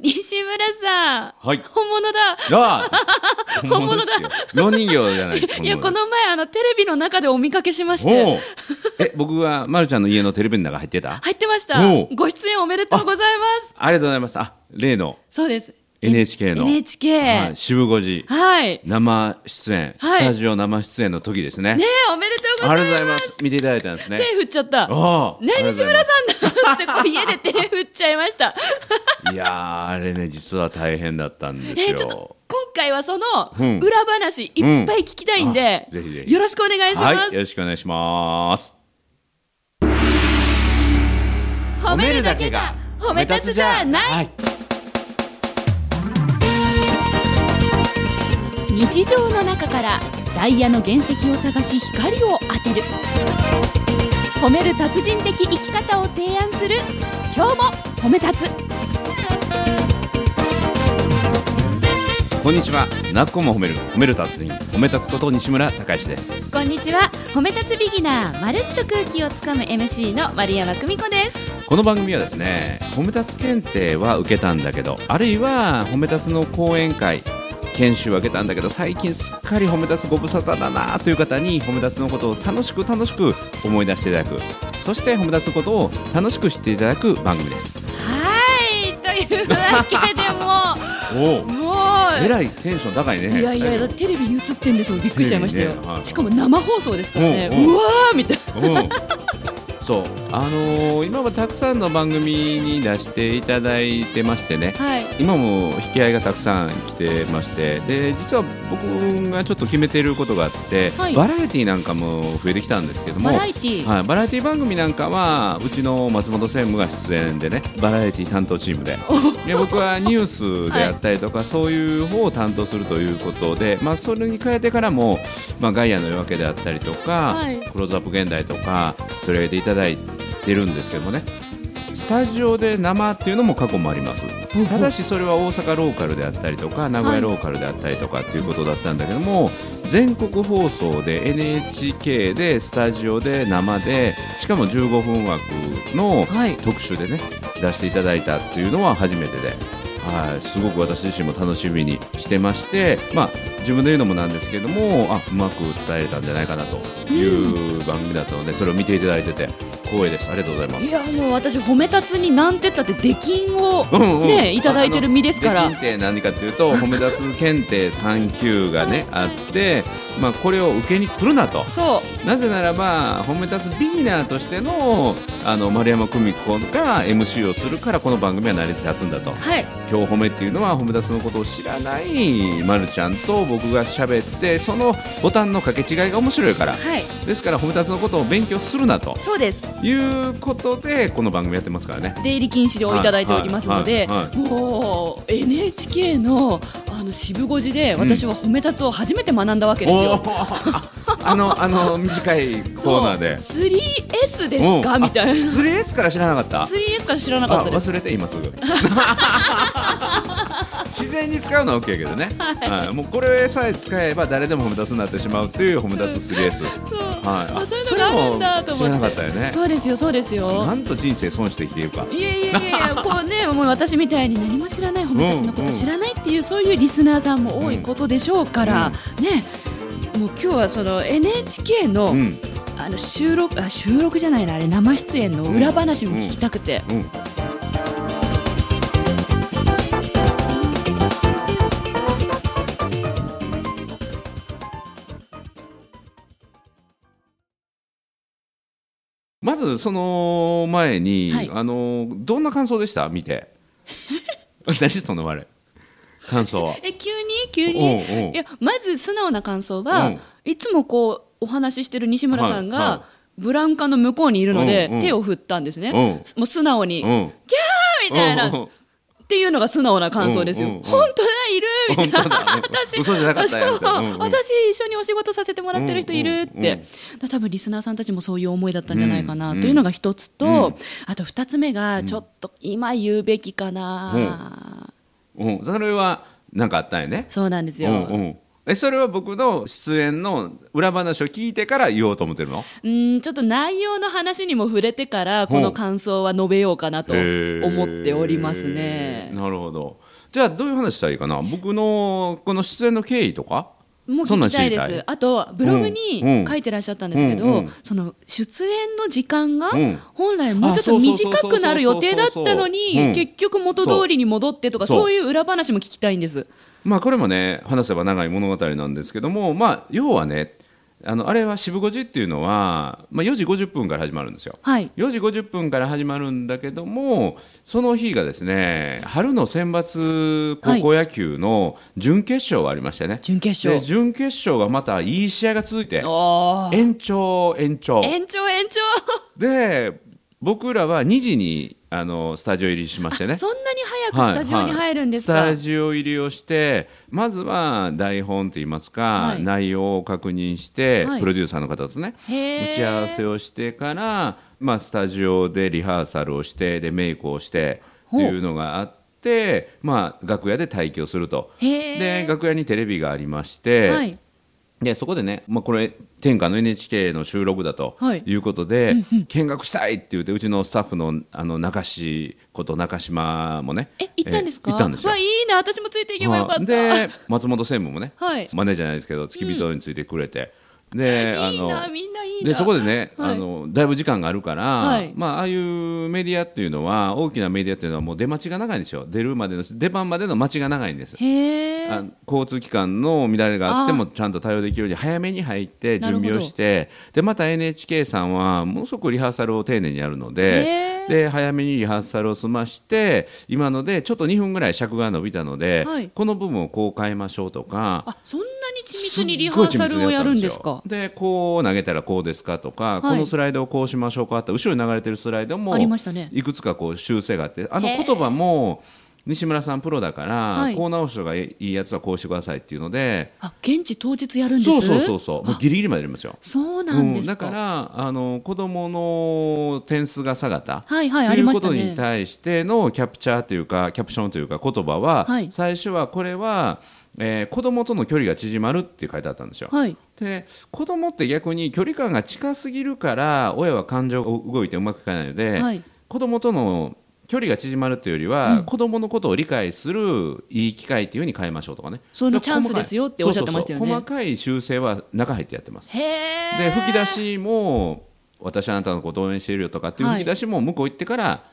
西村さん、はい本物だ ああ本物だですよロン人形じゃないですいや、こ本物での前、あの、テレビの中でお見かけしましすおて、うえ僕はまるちゃんの家のテレビの中入ってた入ってましたおう。ご出演おめでとうございます。ありがとうございますあ例のそうです。 NHK の NHK はい、渋5時はい。ね生出演、はいスタジオ生出演の時ですねえ、おめでとうごあざりがというございま。ますす見ていただいたんですね手振っちゃった。ねああえ、西村ささんだってこう家で手振っちゃいま した。んいやーあれね実は大変だったんでねすえ、ちょっとよ、今回はそのうん裏話いっぱい聞きたいんであ、ぜひぜひよろしくお願いしまはいよす。ろしくお願いします褒めるだけが褒め立つじゃないはい日常の中からダイヤの原石を探し光を当てる褒める達人的生き方を提案する今日も褒め立つこんにちはなっこも褒める褒める達人褒め立つこと西村孝之ですこんにちは褒め立つビギナーまるっと空気をつかむ MC の丸山久美子ですこの番組はですね褒め立つ検定は受けたんだけどあるいは褒め立つの講演会研修は受けたんだけど最近すっかり褒め立つご無沙汰だなという方に褒め立つのことを楽しく楽しく思い出していただくそして褒め立つことを楽しく知っていただく番組ですはいというわけでもおうもえらいテンション高い ねういやいやだってテレビに映ってんですよびっくりしちゃいましたよ、テレビねはいしかも生放送ですからねおうおううわーみたいなうんそうあのー今はたくさんの番組に出していただいてましてねはい今も引き合いがたくさん来てましてで実は僕がちょっと決めていることがあって、はいバラエティなんかも増えてきたんですけどもバラエティはい、バラエティ番組なんかはうちの松本専務が出演でねバラエティ担当チームでで僕はニュースであったりとか、そういう方を担当するということで、まあ、それに変えてからも「まあ、ガイアの夜明け」であったりとか「はいクローズアップ現代」とか取り上げていただいてるんですけどもねスタジオで生っていうのも過去もありますうんただしそれは大阪ローカルであったりとか名古屋ローカルであったりとかっていうことだったんだけども、全国放送で NHK でスタジオで生でしかも15分枠のはい特集でね出していただいたっていうのは初めてで。はい、すごく私自身も楽しみにしてまして、まあ、自分で言うのもなんですけれどもあうまく伝えれたんじゃないかなという番組だったので、それを見ていただいてて光栄ですありがとうございますい。やもう私褒め立つになんてったって出禁をうんうんねいただいてる身ですかあらの出禁って何かとい うと褒め立つ検定3級がねあって、まあ、これを受けに来るなとそなぜならば褒め立つビギナーとしてのあの丸山久美子が MC をするからこの番組は成り立つんだとうはい今日褒めっていうのは褒め立つのことを知らない丸ちゃんと僕が喋ってそのボタンの掛け違いが面白いからはいですから褒め立つのことを勉強するなとそうですいうことでこの番組やってますからね。出入り禁止令をいただいておりますので、はいはいはもう NHK のあの渋五時で私は褒め立つを初めて学んだわけですおよ。ー あのあの短いコーナーで。そう 3S ですかみたいな。スレースから知らなかった。 3S から知らなかあったです。忘れて 今すぐ。自然に使うのは OK やけどね、はい、もうこれさえ使えば誰でも褒め出すになってしまうという褒め出すスレ ースそう、はいあそういうのがあるんだと思って。それも知らなかったよねそうですよ、そうですなよ。んと人生損してきているかいやいやいやい や、こうね、もう私みたいに何も知らない褒め立つのこと知らないっていう、そういうリスナーさんも多いことでしょうから、ね。もう今日はその NHK の、うんあの収録あ収録じゃないなあれ生出演の裏話も聞きたくて、うんまずその前に、はいあのどんな感想でした 見て何その悪い感想はえ急に急におうおういやまず素直な感想うはんいつもこうお話ししてる西村さんが、はいはブランカの向こうにいるので、うんうん手を振ったんですね、うんもう素直に、うみんたいな、うんうんっていうのが素直な感想ですよ、うんうんうん本当だいるみたいな本当だうん私嘘じゃなかったよみたいなそううんうん私一緒にお仕事させてもらってる人いるって、うんうんうんだから多分リスナーさんたちもそういう思いだったんじゃないかな、うんというのが一つと、うんあと二つ目がちょっと今言うべきかな、うんそれはなんかあったんやねそうなんですよ、うんうんえそれは僕の出演の裏話を聞いてから言おうと思ってるのうんちょっと内容の話にも触れてからこの感想は述べようかなと思っておりますへーね。なるほどじゃあどういう話したらいいかな僕のこの出演の経緯とかもうそんな聞んき知たいりでたいす。あとブログうんうにん書いてらっしゃったんですけうんうどん、その出演の時間がうん本来もうちょっあそとうそうそうそう短くなる予定だったのうにん結局元通りに戻ってとかそうそういう裏話も聞きたいんです。まあこれもね話せば長い物語なんですけどもまあ要はねあのあれは渋5時っていうのは、まあ、4時50分から始まるんですよはい。 4時50分から始まるんだけどもその日がですね春の選抜高校野球の準決勝がありましてね、準決で勝。準決勝がまたいい試合が続いてあー延長延長延長延長。で僕らは2時にあのスタジオ入りしましてねあそんなに早くスタジオに入るんですか。はいはいスタジオ入りをしてまずは台本といいますか、はい内容を確認して、はいプロデューサーの方とねへ打ーち合わせをしてから、まあ、スタジオでリハーサルをしてでメイクをしてってほういうのがあって、まあ、楽屋で待機をすると。へーで楽屋にテレビがありまして、はい。でそこでね、まあ、これ天下の NHK の収録だとはいいうことで、見学したいって言ってうちのスタッフのあの中志こと中島もねえ行ったんですか。え行ったんですよわいいな私もついていけばよかった。で松本専務もね、はいマネージャーじゃないですけど付き人についてくれて、であいいのなみんないいな。でそこでね、はいあのだいぶ時間があるから、はいまあ、ああいうメディアっていうのは大きなメディアっていうのはもう出待ちが長いんですよ出るまでの出番までの待ちが長いんですへあえ。交通機関の乱れがあってもちゃんと対応できるように早めに入って準備をしてでまた NHK さんはものすごくリハーサルを丁寧にやるのへでーで早めにリハーサルを済まして今のでちょっと2分ぐらい尺が伸びたので、はいこの部分をこう変えましょうとか。あそんなに緻密にリハーサルをやるんですかごい緻密にやったん。ですよでこう投げたらこうですかとか、いこのスライドをこうしましょうかって後ろに流れてるスライドもありましたね いくつかこう修正があってあのへー言葉も西村さんプロだから、はいこう直しとかいいやつはこうしてくださいっていうのであ現地当日やるんです。そうそうそうそうもうあギリギリまでやりますよ。そうなんでうんすだか。からあの子供の点数が下がった、はいはいとあいりうましこたとにね。対してのキャプチャーというかキャプションというか言葉は、はい最初はこれは、えー子供との距離が縮まるって書いてあったんですよ。はい。で子供って逆に距離感が近すぎるから親は感情が動いてうまくいかないので、はい子供との距離が縮まるというよりは、子供のことを理解するいい機会っていうふうに変えましょうとかねそのでチャンス細かいですよっておっしゃってましたよねそうそうそう細かい修正は中入ってやってますへえ。で吹き出。しも私はあなたのことを応援しているよとかっていうはい吹き出しも向こう行ってから、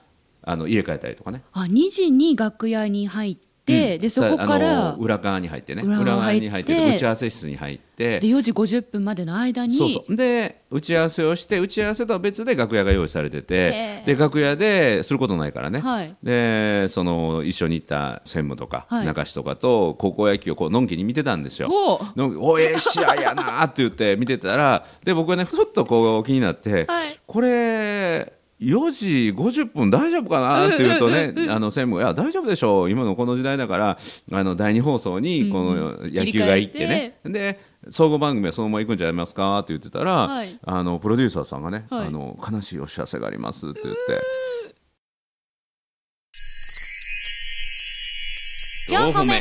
あの入れ替えたりとかねあ2時に楽屋に入って、うんでそこかあらの裏側に入ってね裏側入ってに入って打ち合わせ室に入ってで4時50分までの間にそうそうで打ち合わせをして打ち合わせとは別で楽屋が用意されてへてーで楽屋ですることないからね、はいでその一緒に行った専務とか、はい中志とかと高校野球をこうのんきに見てたんですよ。おうのんきおええ試合やなーって言って見てたらで僕はねふっとこう気になって、はいこれ4時50分大丈夫かなって言うとね、あの専務がいや大丈夫でしょう今のこの時代だからあの第二放送にこの野球が行っ切てり替えね、で総合番組はそのまま行くんじゃないますかって言ってたら、はいあのプロデューサーさんがね、はいあの悲しいお知らせがありますって言って。四個目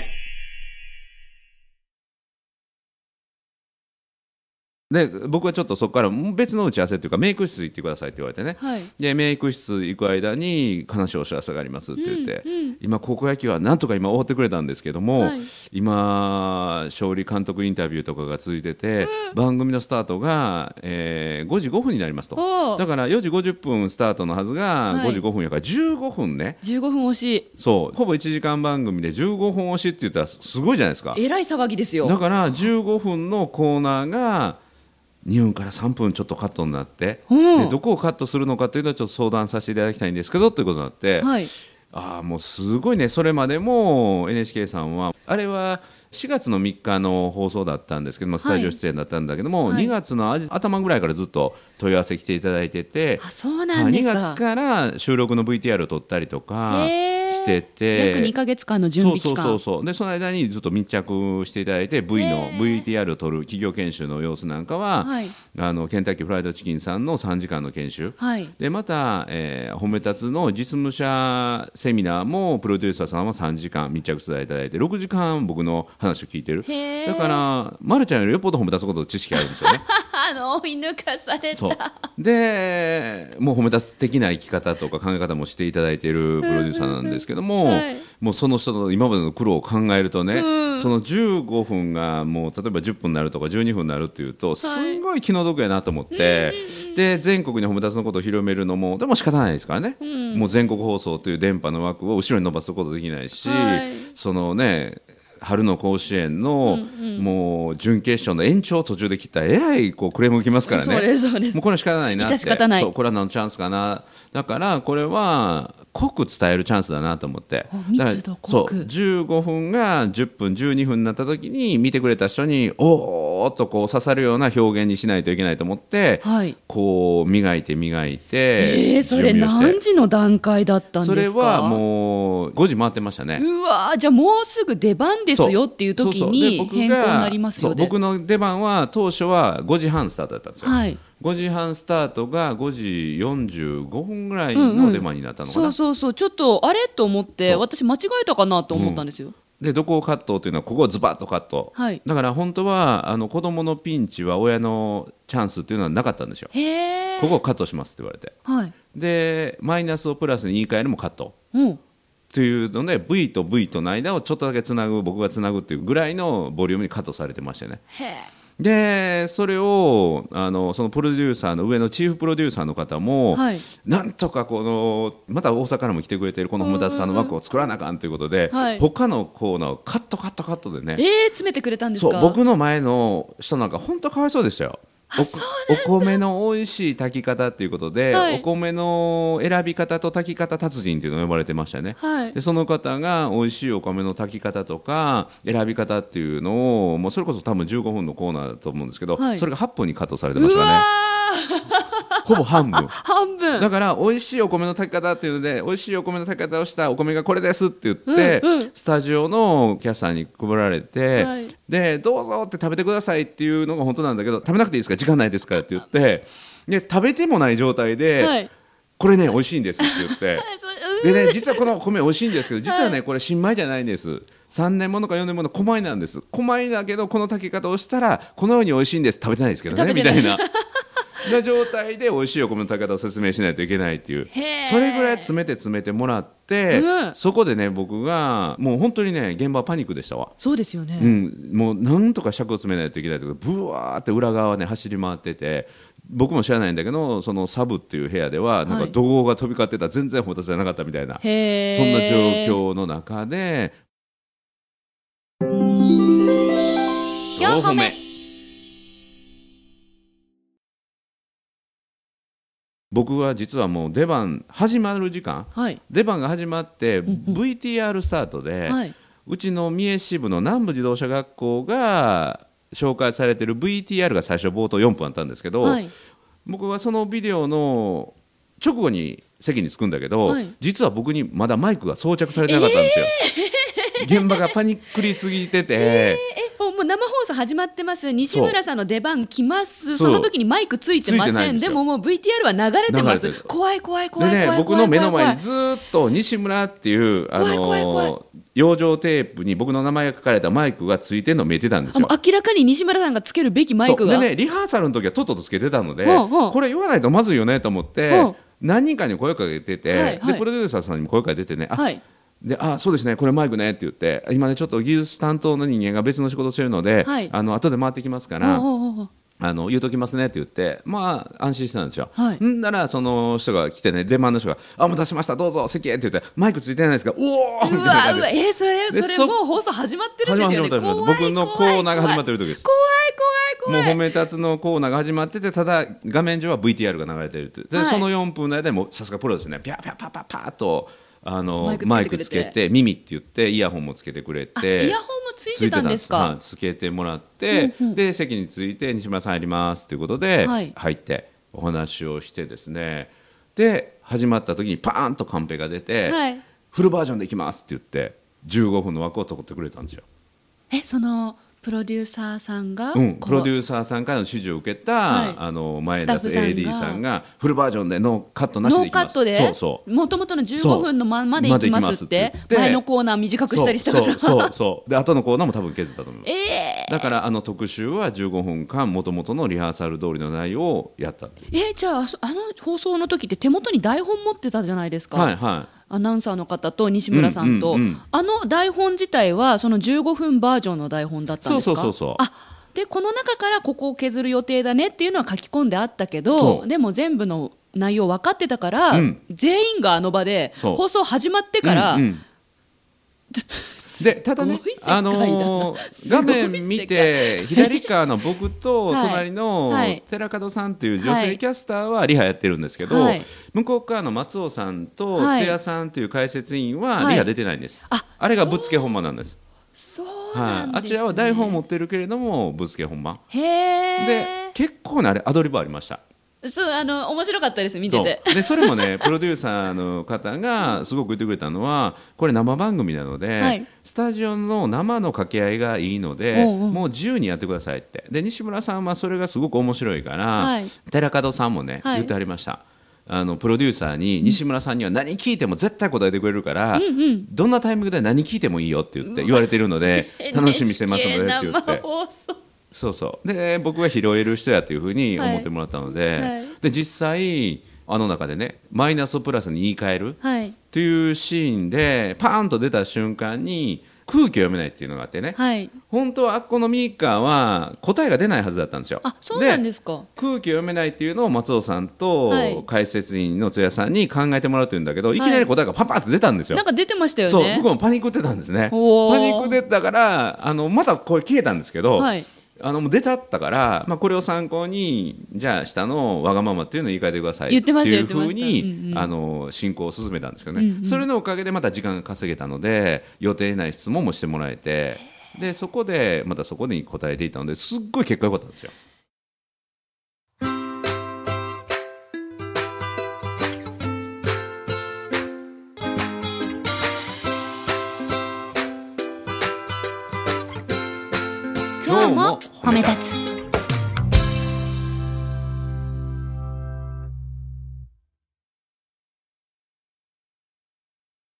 で僕はちょっとそこから別の打ち合わせっていうかメイク室行ってくださいって言われてね、はいでメイク室行く間に悲しいお知らせがありますって言って、うんうん今高校野球はなんとか今終わってくれたんですけども、はい今勝利監督インタビューとかが続いてて、番組のスタートが、えー5時5分になりますおとうだから4時50分スタートのはずがはい5時5分やから15分ね、 15分押しそうほぼ1時間番組で15分押しって言ったらすごいじゃないですかえらい騒ぎですよだから15分のコーナーが2分から3分ちょっとカットになって、うんでどこをカットするのかというのはちょっと相談させていただきたいんですけどということになって、はいああもうすごいねそれまでも NHK さんはあれは4月の3日の放送だったんですけどもスタジオ出演だったんだけども、はい2月のあ頭ぐらいからずっと問い合わせ来ていただいててあそうなん2ですか月から収録の VTR を撮ったりとかへーしてて約2か月間の準備期間そうそうそうそうでその間にずっと密着していただいて V のへー VTR を撮る企業研修の様子なんかは、はいあのケンタッキーフライドチキンさんの3時間の研修はいでまた、えー、褒め立つの実務者セミナーもプロデューサーさんは3時間密着していただいて6時間僕の話を聞いてるへーだから、ま、るちゃんよりよっぽど褒め立つことの知識あるんですよね。 あの追い抜かされたそうでもう褒め立つ的な生き方とか考え方もしていただいているプロデューサーなんですけども、はいもうその人の今までの苦労を考えるとね、うんその15分がもう例えば10分になるとか12分になるっていうとすんごい気の毒やなと思って、で全国に褒め立つのことを広めるのもでも仕方ないですからね、もう全国放送という電波の枠を後ろに伸ばすことできないし、はいそのね春の甲子園の、もう準決勝の延長途中で切ったらえらいこうクレームきますからね。そうです そうですもうこれは仕方ないなって致し方ないそうこれは何のチャンスかなだからこれは濃く伝えるチャンスだなと思ってお密度だから濃くそう15分が10分12分になった時に見てくれた人におーっとこう刺さるような表現にしないといけないと思って、はいこう磨いて磨いて、えー、それ準備をして何時の段階だったんですそかれはもう5時回ってましたねうわーじゃあもうすぐ出番ですよっていう時にそうそうで僕が変更になりますよそうね僕の出番は当初は5時半スタートだったんですよ、はい5時半スタートが5時45分ぐらいうんうんの出番になったのかな、そうそうそうちょっとあれと思ってそう私間違えたかなと思ったんですよ、でどこをカットというのはここをズバッとカット、はいだから本当はあの子供のピンチは親のチャンスというのはなかったんですよへえここをカットしますって言われてはいでマイナスをプラスに言い換えるもカットうんというので V と V との間をちょっとだけつなぐ僕がつなぐっていうぐらいのボリュームにカットされてましたよねへえでそれをあのそのプロデューサーの上のチーフプロデューサーの方も、はいなんとかこのまた大阪からも来てくれてるこのホムダスさんの枠を作らなあかんということで、はい他のコーナーをカットカットカットでえねー、詰めてくれたんですそかう僕の前の人なんか本当かわいそうでしたよ。おお米の美味しい炊き方ということで、はいお米の選び方と炊き方達人というのが呼ばれてましたね。はいでその方が美味しいお米の炊き方とか選び方っていうのをもうそれこそ多分15分のコーナーだと思うんですけど、はいそれが8分にカットされてましうたねわーほぼ半分半 分だから美味しいお米の炊き方っていうので美味しいお米の炊き方をしたお米がこれですって言って、うんうんスタジオのキャスターに配られて、はいでどうぞって食べてくださいっていうのが本当なんだけど食べなくていいですか時間ないですからって言ってで食べてもない状態で、はいこれね美味しいんですって言 って。えそれでうね、実はこの米美味しいんですけど、実はね、これ新米じゃないんです。3年ものか4年もの小米なんです。小米だけど、この炊き方をしたら、このように美味しいんです。食べてないですけどね、食べみてたないいな。な状態で美味しいお米の炊き方を説明しないといけないっていうへーそれぐらい詰めて詰めてもらって、うんそこでね僕がもう本当にね現場はパニックでしたわ、そうですよね、うん、もうなんとか尺を詰めないといけないということでブワーって裏側ね走り回ってて僕も知らないんだけどそのサブっていう部屋ではなんはかい怒号が飛び交ってた全然ホタテじゃなかったみたいな、へえそんな状況の中で4歩目僕は実はもう出番始まる時間はい出番が始まってんうん VTR スタートで、はいうちの三重支部の南部自動車学校が紹介されてる VTR が最初冒頭4分あったんですけど、はい僕はそのビデオの直後に席に着くんだけど、はい実は僕にまだマイクが装着されてなかったんですよ。現場がパニックりすぎてて、 えもう生放送始まってます西村さんの出番来ますそそうの時にマイクついてまついてなせいんんでですよももう VTR は流れてます流れてる怖い怖い怖でい怖い怖いね、僕怖いの目の前怖いにずーっと西村っていう、あの怖い怖い怖いー養生テープに僕の名前が書かれたマイクがついてるの見えてたんですあもよう。明らかに西村さんがつけるべきマイクがそうでね、リハーサルの時はとっととつけてたので、ほうほうこれ言わないとまずいよねと思って、ほう何人かに声をかけてて、はいはいでプロデューサーさんにも声かけててね、あはいであそうですね、これマイクねって言って、今ね、ちょっと技術担当の人間が別の仕事してるので、はいあの後で回ってきますかおうら、おうおうあの言うときますねって言って、まあ、安心してたんですよ。はいんなら、その人が来てね、出番の人が、あ、お待たせしました、どうぞ、席へって言って、マイクついてないですか、おおみたいうなわ感うじわで。えーそれでそれそもう放送始まってるん始でますりよ始ねまった始まった怖い僕のコ怖いーナーが始まってる時です。怖もいう怖い怖い褒め立つのコーナーが始まっててただ画面上は VTR が流れてるってで、はいその4分の間でもうさすがプロですねピャピャパパパーっとあのママイイククつつけてくれてけて耳って言ってイヤホンもつけてくれあてイヤホンもついてたんですかついてたんですはいつけてもらって、で席について西村さん入りますということで、はい入ってお話をしてですねで始まった時にパーンとカンペが出て、はいフルバージョンでいきますって言って15分の枠を取ってくれたんですよ、えそのプロデューサーさんが、うん、こプロデューサーさんからの指示を受けた、はいあの前田さんスタッフさん AD がさんがフルバージョンでノーカットなしノでーいきカまッすトでそうそうもともとの15そう分のままでいきますってまで行きますって言って前のコーナー短くしたりしたからそうそうそうそうで後のコーナーも多分削ったと思いますえ えだからあの特集は15分間もともとのリハーサル通りの内容をやったっていうえじゃああそあの放送の時って手元に台本持ってたじゃないですか、はいはアナウンサーの方と西村さんと、うんうんうんあの台本自体はその15分バージョンの台本だったんですかそうそうそうそうあでこの中からここを削る予定だねっていうのは書き込んであったけそどうでも全部の内容分かってたから、うん全員があの場でそう放送始まっていから、うんうんでただねすごい世界だなあのーすごい画世界面見て左側の僕とはい隣のはい寺門さんという女は性いキャスターはリハやってるんですけど、はい向こう側の松尾さんとはい津屋さんという解説員ははいリハ出てないんです、ああれがぶっつけ本番なんですそうはないんです、ねあちらは台本持ってるけれどもぶっつけ本番へでえ結構ねあれアドリブありましたそうあの面白かったです見ててそうでそれも ねプロデューサーの方がすごく言ってくれたのはこれ生番組なので、はいスタジオの生の掛け合いがいいのでおうおうもう自由にやってくださいってで西村さんはそれがすごく面白いから、はい寺門さんもね、はい言ってありました。あのプロデューサーに西村さんには何聞いても絶対答えてくれるから、どんなタイミングで何聞いてもいいよって言って言われてるので 楽しみにしてますのでって言っ NHK 生て放送そうそうで僕が拾える人やというふうに思ってもらったので、はいはいで実際あの中でねマイナスをプラスに言い換えるはいというシーンでパーンと出た瞬間に空気を読めないっていうのがあってね、はい本当はあっこのミーカーは答えが出ないはずだったんですよ。あそうなんですか空気を読めないっていうのを松尾さんはいと解説員の津屋さんに考えてもらうっていうんだけど、い、きはないり答えがパパッと出たんですよ。なんか出てましたよねそう僕もパニックってたんですね。パニおーック出たからあのまだこれ消えたんですけど、はいあのもう出ちゃったから、まあ、これを参考にじゃあ下のわがままっていうのを言い換えてください言ってましたいうふう言ってましたうんにうんあの進行を進めたんですけどね、それのおかげでまた時間が稼げたので予定内質問もしてもらえてでそこでまたそこに答えていたのですっごい結果良かったんですよ。今日も褒め立つ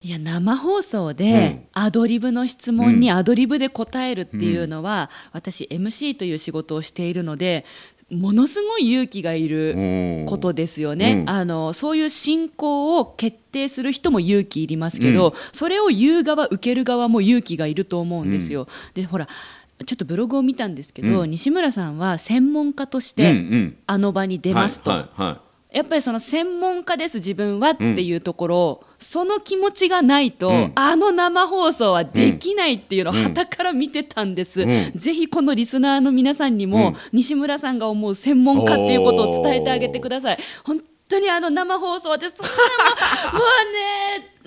いや生放送でアドリブの質問にアドリブで答えるっていうのは、私 MC という仕事をしているのでものすごい勇気がいるこことですよね、うんあのそういう進行を決定する人も勇気いりますけど、それを言う側受ける側も勇気がいると思うんですよ、でほらちょっとブログを見たんですけど、うん西村さんは専門家としうんうてん、あの場に出ますと、はいはいはいやっぱりその専門家です自分はっていうところ、その気持ちがないと、うんあの生放送はできないっていうのを旗から見てたんです、うんぜひこのリスナーの皆さんにも、うん西村さんが思う専門家っていうことを伝えてあげてください本当にあの生放送でそんなもも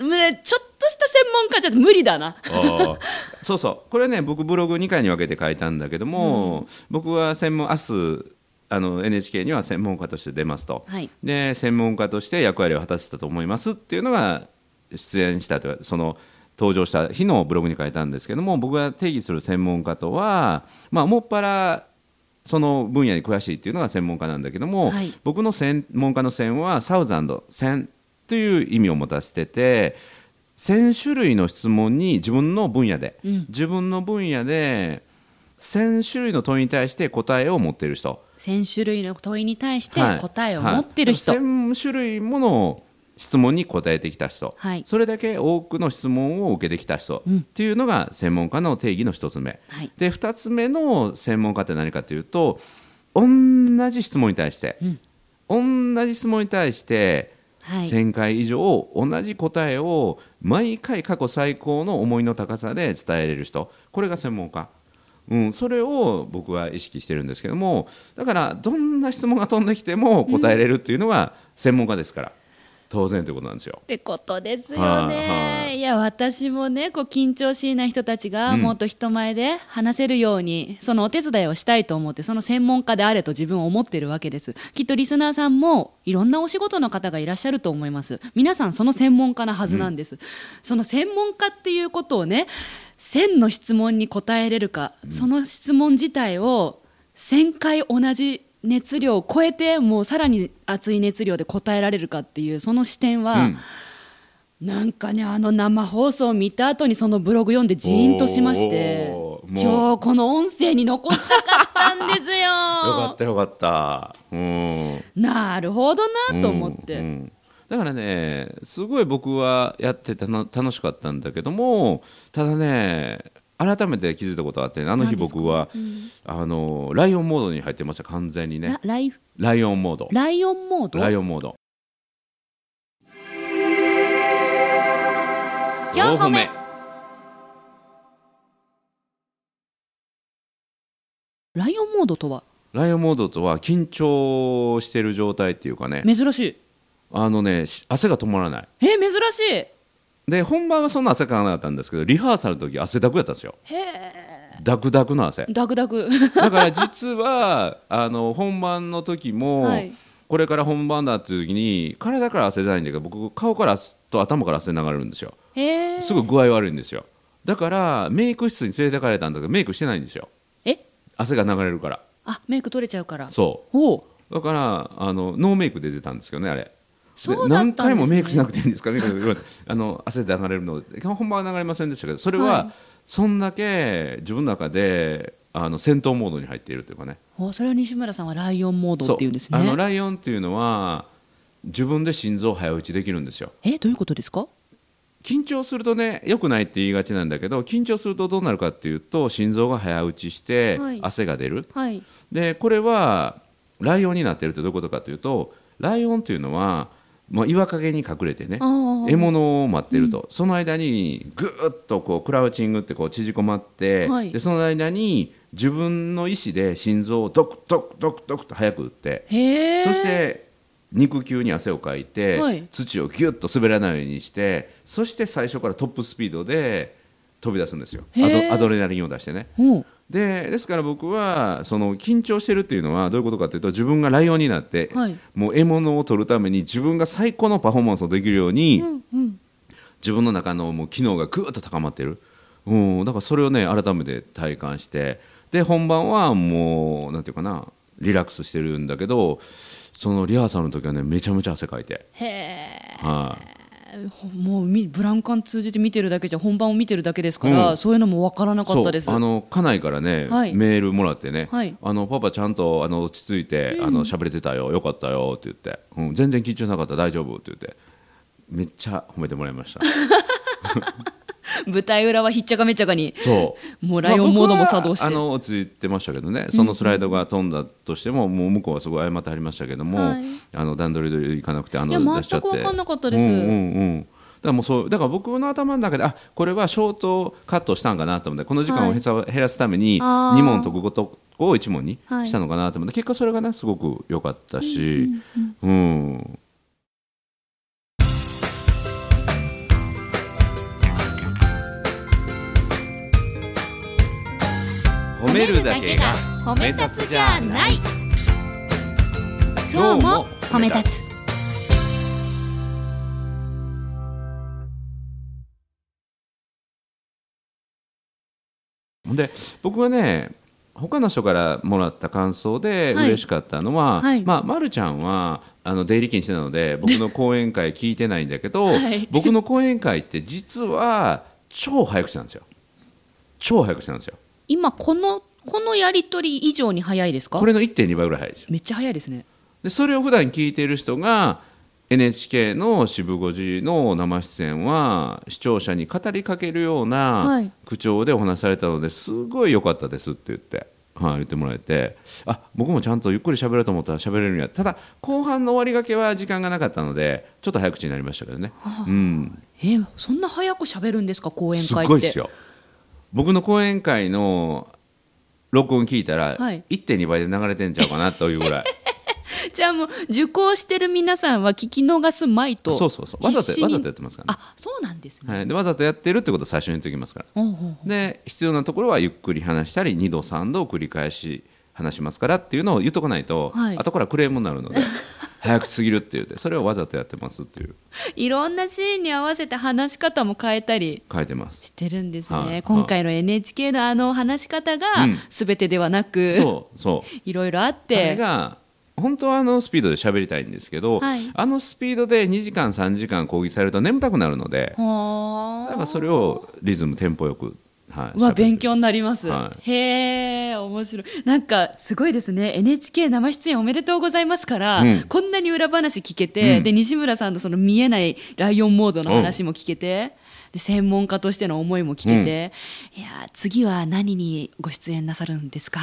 うねもうねちょっとした専門家じゃ無理だな あーそうそうこれね僕ブログ2回に分けて書いたんだけども、僕は専門明日あの NHK には専門家として出ますと、はいで専門家として役割を果たせたと思いますっていうのが出演したというその登場した日のブログに書いたんですけども僕が定義する専門家とは、まあ、もっぱらその分野に詳しいっていうのが専門家なんだけども、はい僕の専門家の線はサウザンド線という意味を持たせてて1000種類の質問に自分の分野で、うん自分の分野で1000種類の問いに対して答えを持っている人1000種類の問いに対してはい答えを持ってる人、はい1000種類もの質問に答えてきた人、はいそれだけ多くの質問を受けてきた人うんっていうのが専門家の定義の一つ目、はいで二つ目の専門家って何かというと同じ質問に対して、同じ質問に対してはい1000回以上同じ答えを毎回過去最高の思いの高さで伝えれる人これが専門家、うん、それを僕は意識してるんですけどもだからどんな質問が飛んできても答えれるっていうのが専門家ですから、当然ということなんですよっ。てことですよね、はいいはいや私もねこう緊張しいな人たちがもっと人前で話せるように、そのお手伝いをしたいと思ってその専門家であれと自分を思ってるわけですきっとリスナーさんもいろんなお仕事の方がいらっしゃると思います皆さんその専門家なはずなんです、その専門家っていうことをね1000の質問に答えれるか、その質問自体を1000回同じ熱量を超えてもうさらに熱い熱量で答えられるかっていうその視点は、うんなんかねあの生放送を見た後にそのブログ読んでジーンとしましておーも今日この音声に残したかったんですよ よかったよかった。うん。なるほどなと思って、うんうんだからねすごい僕はやっててな楽しかったんだけどもただね改めて気づいたことがあってねあの日何ですか僕は、あのライオンモードに入ってました完全にねラライフライオンモードライオンモードライオンモード今日褒めライオンモードとはライオンモードとは緊張してる状態っていうかね珍しいあのねし汗が止まらないえ珍しいで本番はそんな汗かかなかったんですけどリハーサルの時汗だくやったんですよダクダクの汗ダクダク だから実は あの本番の時も、はいこれから本番だっていう時に体から汗出ないんだけど僕顔から汗と頭から汗流れるんですよへーすぐ具合悪いんですよだからメイク室に連れてかれたんだけどメイクしてないんですよえ汗が流れるからあメイク取れちゃうからそおううだからあのノーメイクで出たんですけどねあれそうだったんですね何回もメイクしなくていいんですかメイクしなくてあの汗で流れるので本番は流れませんでしたけどそれは、はいそんだけ自分の中であの戦闘モードに入っているというかねおそれは西村さんはライオンモードっていうんですねあのライオンっていうのは自分で心臓を早打ちできるんですよえどういうことですか緊張するとね良くないって言いがちなんだけど緊張するとどうなるかっていうと心臓が早打ちしてはい汗が出る、はいでこれはライオンになってるってどういうことかというとライオンっていうのは、まあ、岩陰に隠れてねあー獲物を待ってると、その間にぐーっとこうクラウチングってこう縮こまって、はいでその間に自分の意思で心臓をドクドクドクドクと早く打ってへえそして肉球に汗をかいて、はい土をギュッと滑らないようにしてそして最初からトップスピードで飛び出すんですよへーアドアドレナリンを出してねおうでですから僕はその緊張してるっていうのはどういうことかというと自分がライオンになって、はいもう獲物を取るために自分が最高のパフォーマンスをできるように、うんうん自分の中のもう機能がぐーっと高まってる、うん、だからそれをね改めて体感してで本番はもうなんていうかなリラックスしてるんだけどそのリハーサルの時はねめちゃめちゃ汗かいて、へえはいほもうみブランカン通じて見てるだけじゃ本番を見てるだけですから、うんそういうのも分からなかったですそうあの家内からね、はいメールもらってね、はいあのパパちゃんとあの落ち着いて、あの喋れてたよよかったよって言って、うん、全然緊張なかった大丈夫って言ってめっちゃ褒めてもらい ました舞台裏はひっちゃかめっちゃかにそうもうライオンモードも作動して、まあ僕はあの落ち着いてましたけどねそのスライドが飛んだとしても、もう向こうはすごい謝ってありましたけども、はいあの段取りでいかなくてあいやの出しちゃって全く分かんなかったですうんうんうんだからもうそうだから僕の頭の中であこれはショートカットしたんかなと思ってこの時間をはいへさ減らすためにあー2問解くことを1問にはいしたのかなと思って、結果それがねすごく良かったし、うん褒めるだけが褒め立つじゃない今日も褒め立つで僕はね他の人からもらった感想ではい嬉しかったのは、はいまあ、まるちゃんはあの出入り禁止な ので僕の講演会聞いてないんだけど、はい僕の講演会って実は超早口なんですよ超早口なんですよ今このこのやり取り以上に早いですかこれの1.2倍ぐらい早いですよめっちゃ早いですねでそれを普段聞いている人が NHK の渋五時の生出演は視聴者に語りかけるようはない口調でお話しされたのですごい良かったですって言って、はい、言ってもらえてあ僕もちゃんとゆっくり喋ろうと思ったら喋れるんやただ後半の終わりがけは時間がなかったのでちょっと早口になりましたけどね、うん、えそんな早く喋るんですか講演す会ってごいですよ僕の講演会の録音聞いたらはい1.2倍で流れてんちゃうかなというぐらいじゃあもう受講してる皆さんは聞き逃すまいとそうそうそうわざ必と死にわざとやってますからねあそうなんですね、はい、でわざとやってるってことを最初に言っておきますからおうおうで必要なところはゆっくり話したり2度3度繰り返し話しますからっていうのを言っとかないと、はい後からクレームに なるので早くすぎるって言ってそれをわざとやってますっていう いろんなシーンに合わせて話し方も変えたり書いてますしてるんですね、はい今回の NHK のあの話し方がうん全 てではなく、そうそう いろいろあっあれてが本当はあのスピードで喋りたいんですけど、はいあのスピードで2時間3時間講義されると眠たくなるのでほーだからそれをリズムテンポよく、はいうわ喋ってる勉強になります、はへえ面白いなんかすごいですね NHK 生出演おめでとうございますから、うんこんなに裏話聞けて、うんで西村さんのその見えないライオンモードの話も聞けて、で専門家としての思いも聞けて、いやー次は何にご出演なさるんですか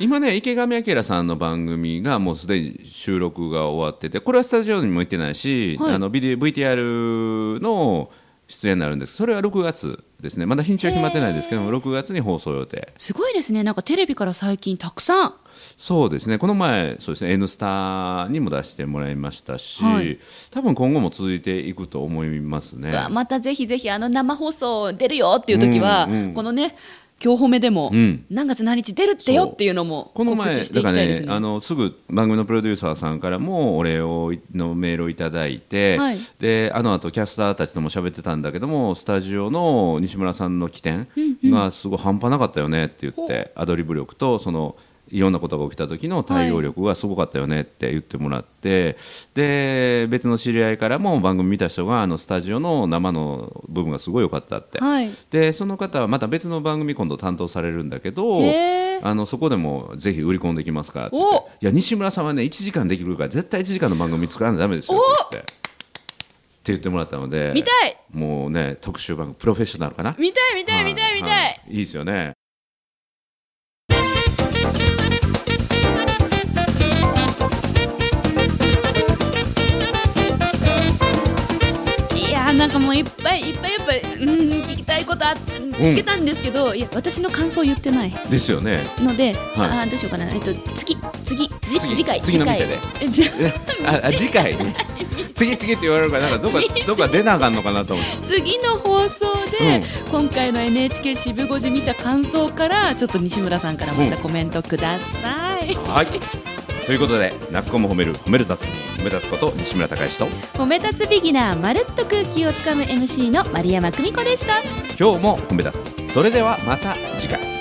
今ね池上彰さんの番組がもうすでに収録が終わっててこれはスタジオにも行ってないし、はいあのビデ VTR の出演になるんですそれは6月ですねまだ日にちは決まってないですけども6月に放送予定すごいですねなんかテレビから最近たくさんそうですねこの前そうですね「N スタ」にも出してもらいましたし、はい多分今後も続いていくと思いますねうわまたぜひぜひあの生放送出るよっていう時は、うんうんこのね今日褒めでも、うん何月何日出るってよっていうのもこの告前知してだいきかたらいねですね。あのすぐ番組のプロデューサーさんからもお礼をいのメールをいただいて、はいであの後キャスターたちとも喋ってたんだけどもスタジオの西村さんの起点がすごい半端なかったよねって言って、アドリブ力とそのいろんなことが起きた時の対応力がすごかったよねって言ってもらって、で別の知り合いからも番組見た人があのスタジオの生の部分がすごい良かったって、はいでその方はまた別の番組今度担当されるんだけどへーあのそこでもぜひ売り込んできますからって言っおていや西村さんはね1時間できるから絶対1時間の番組作らないとダメですよって言ってって言ってもらったので見たいもうね特集番組プロフェッショナルかな見たい見たい見たい見たい、ははいいいですよねい、やーなんかもういっぱいいっぱいいっぱいうん聞きたいことあっ聞けたんですけど、いや私の感想言ってないです よねので、はいあーどうしようかなえっと次次次次次回次の回店でえじゃああ次回次次って言われるからなん かどっかどっか出なあかんのかなと思って次の放送で、今回の NHK 渋五時見た感想からちょっと西村さんからまたコメントください、はいということで泣く子も褒める褒める達人褒め立つこと西村孝之と褒め立つビギナーまるっと空気をつかむ MC の丸山久美子でした今日も褒め立つそれではまた次回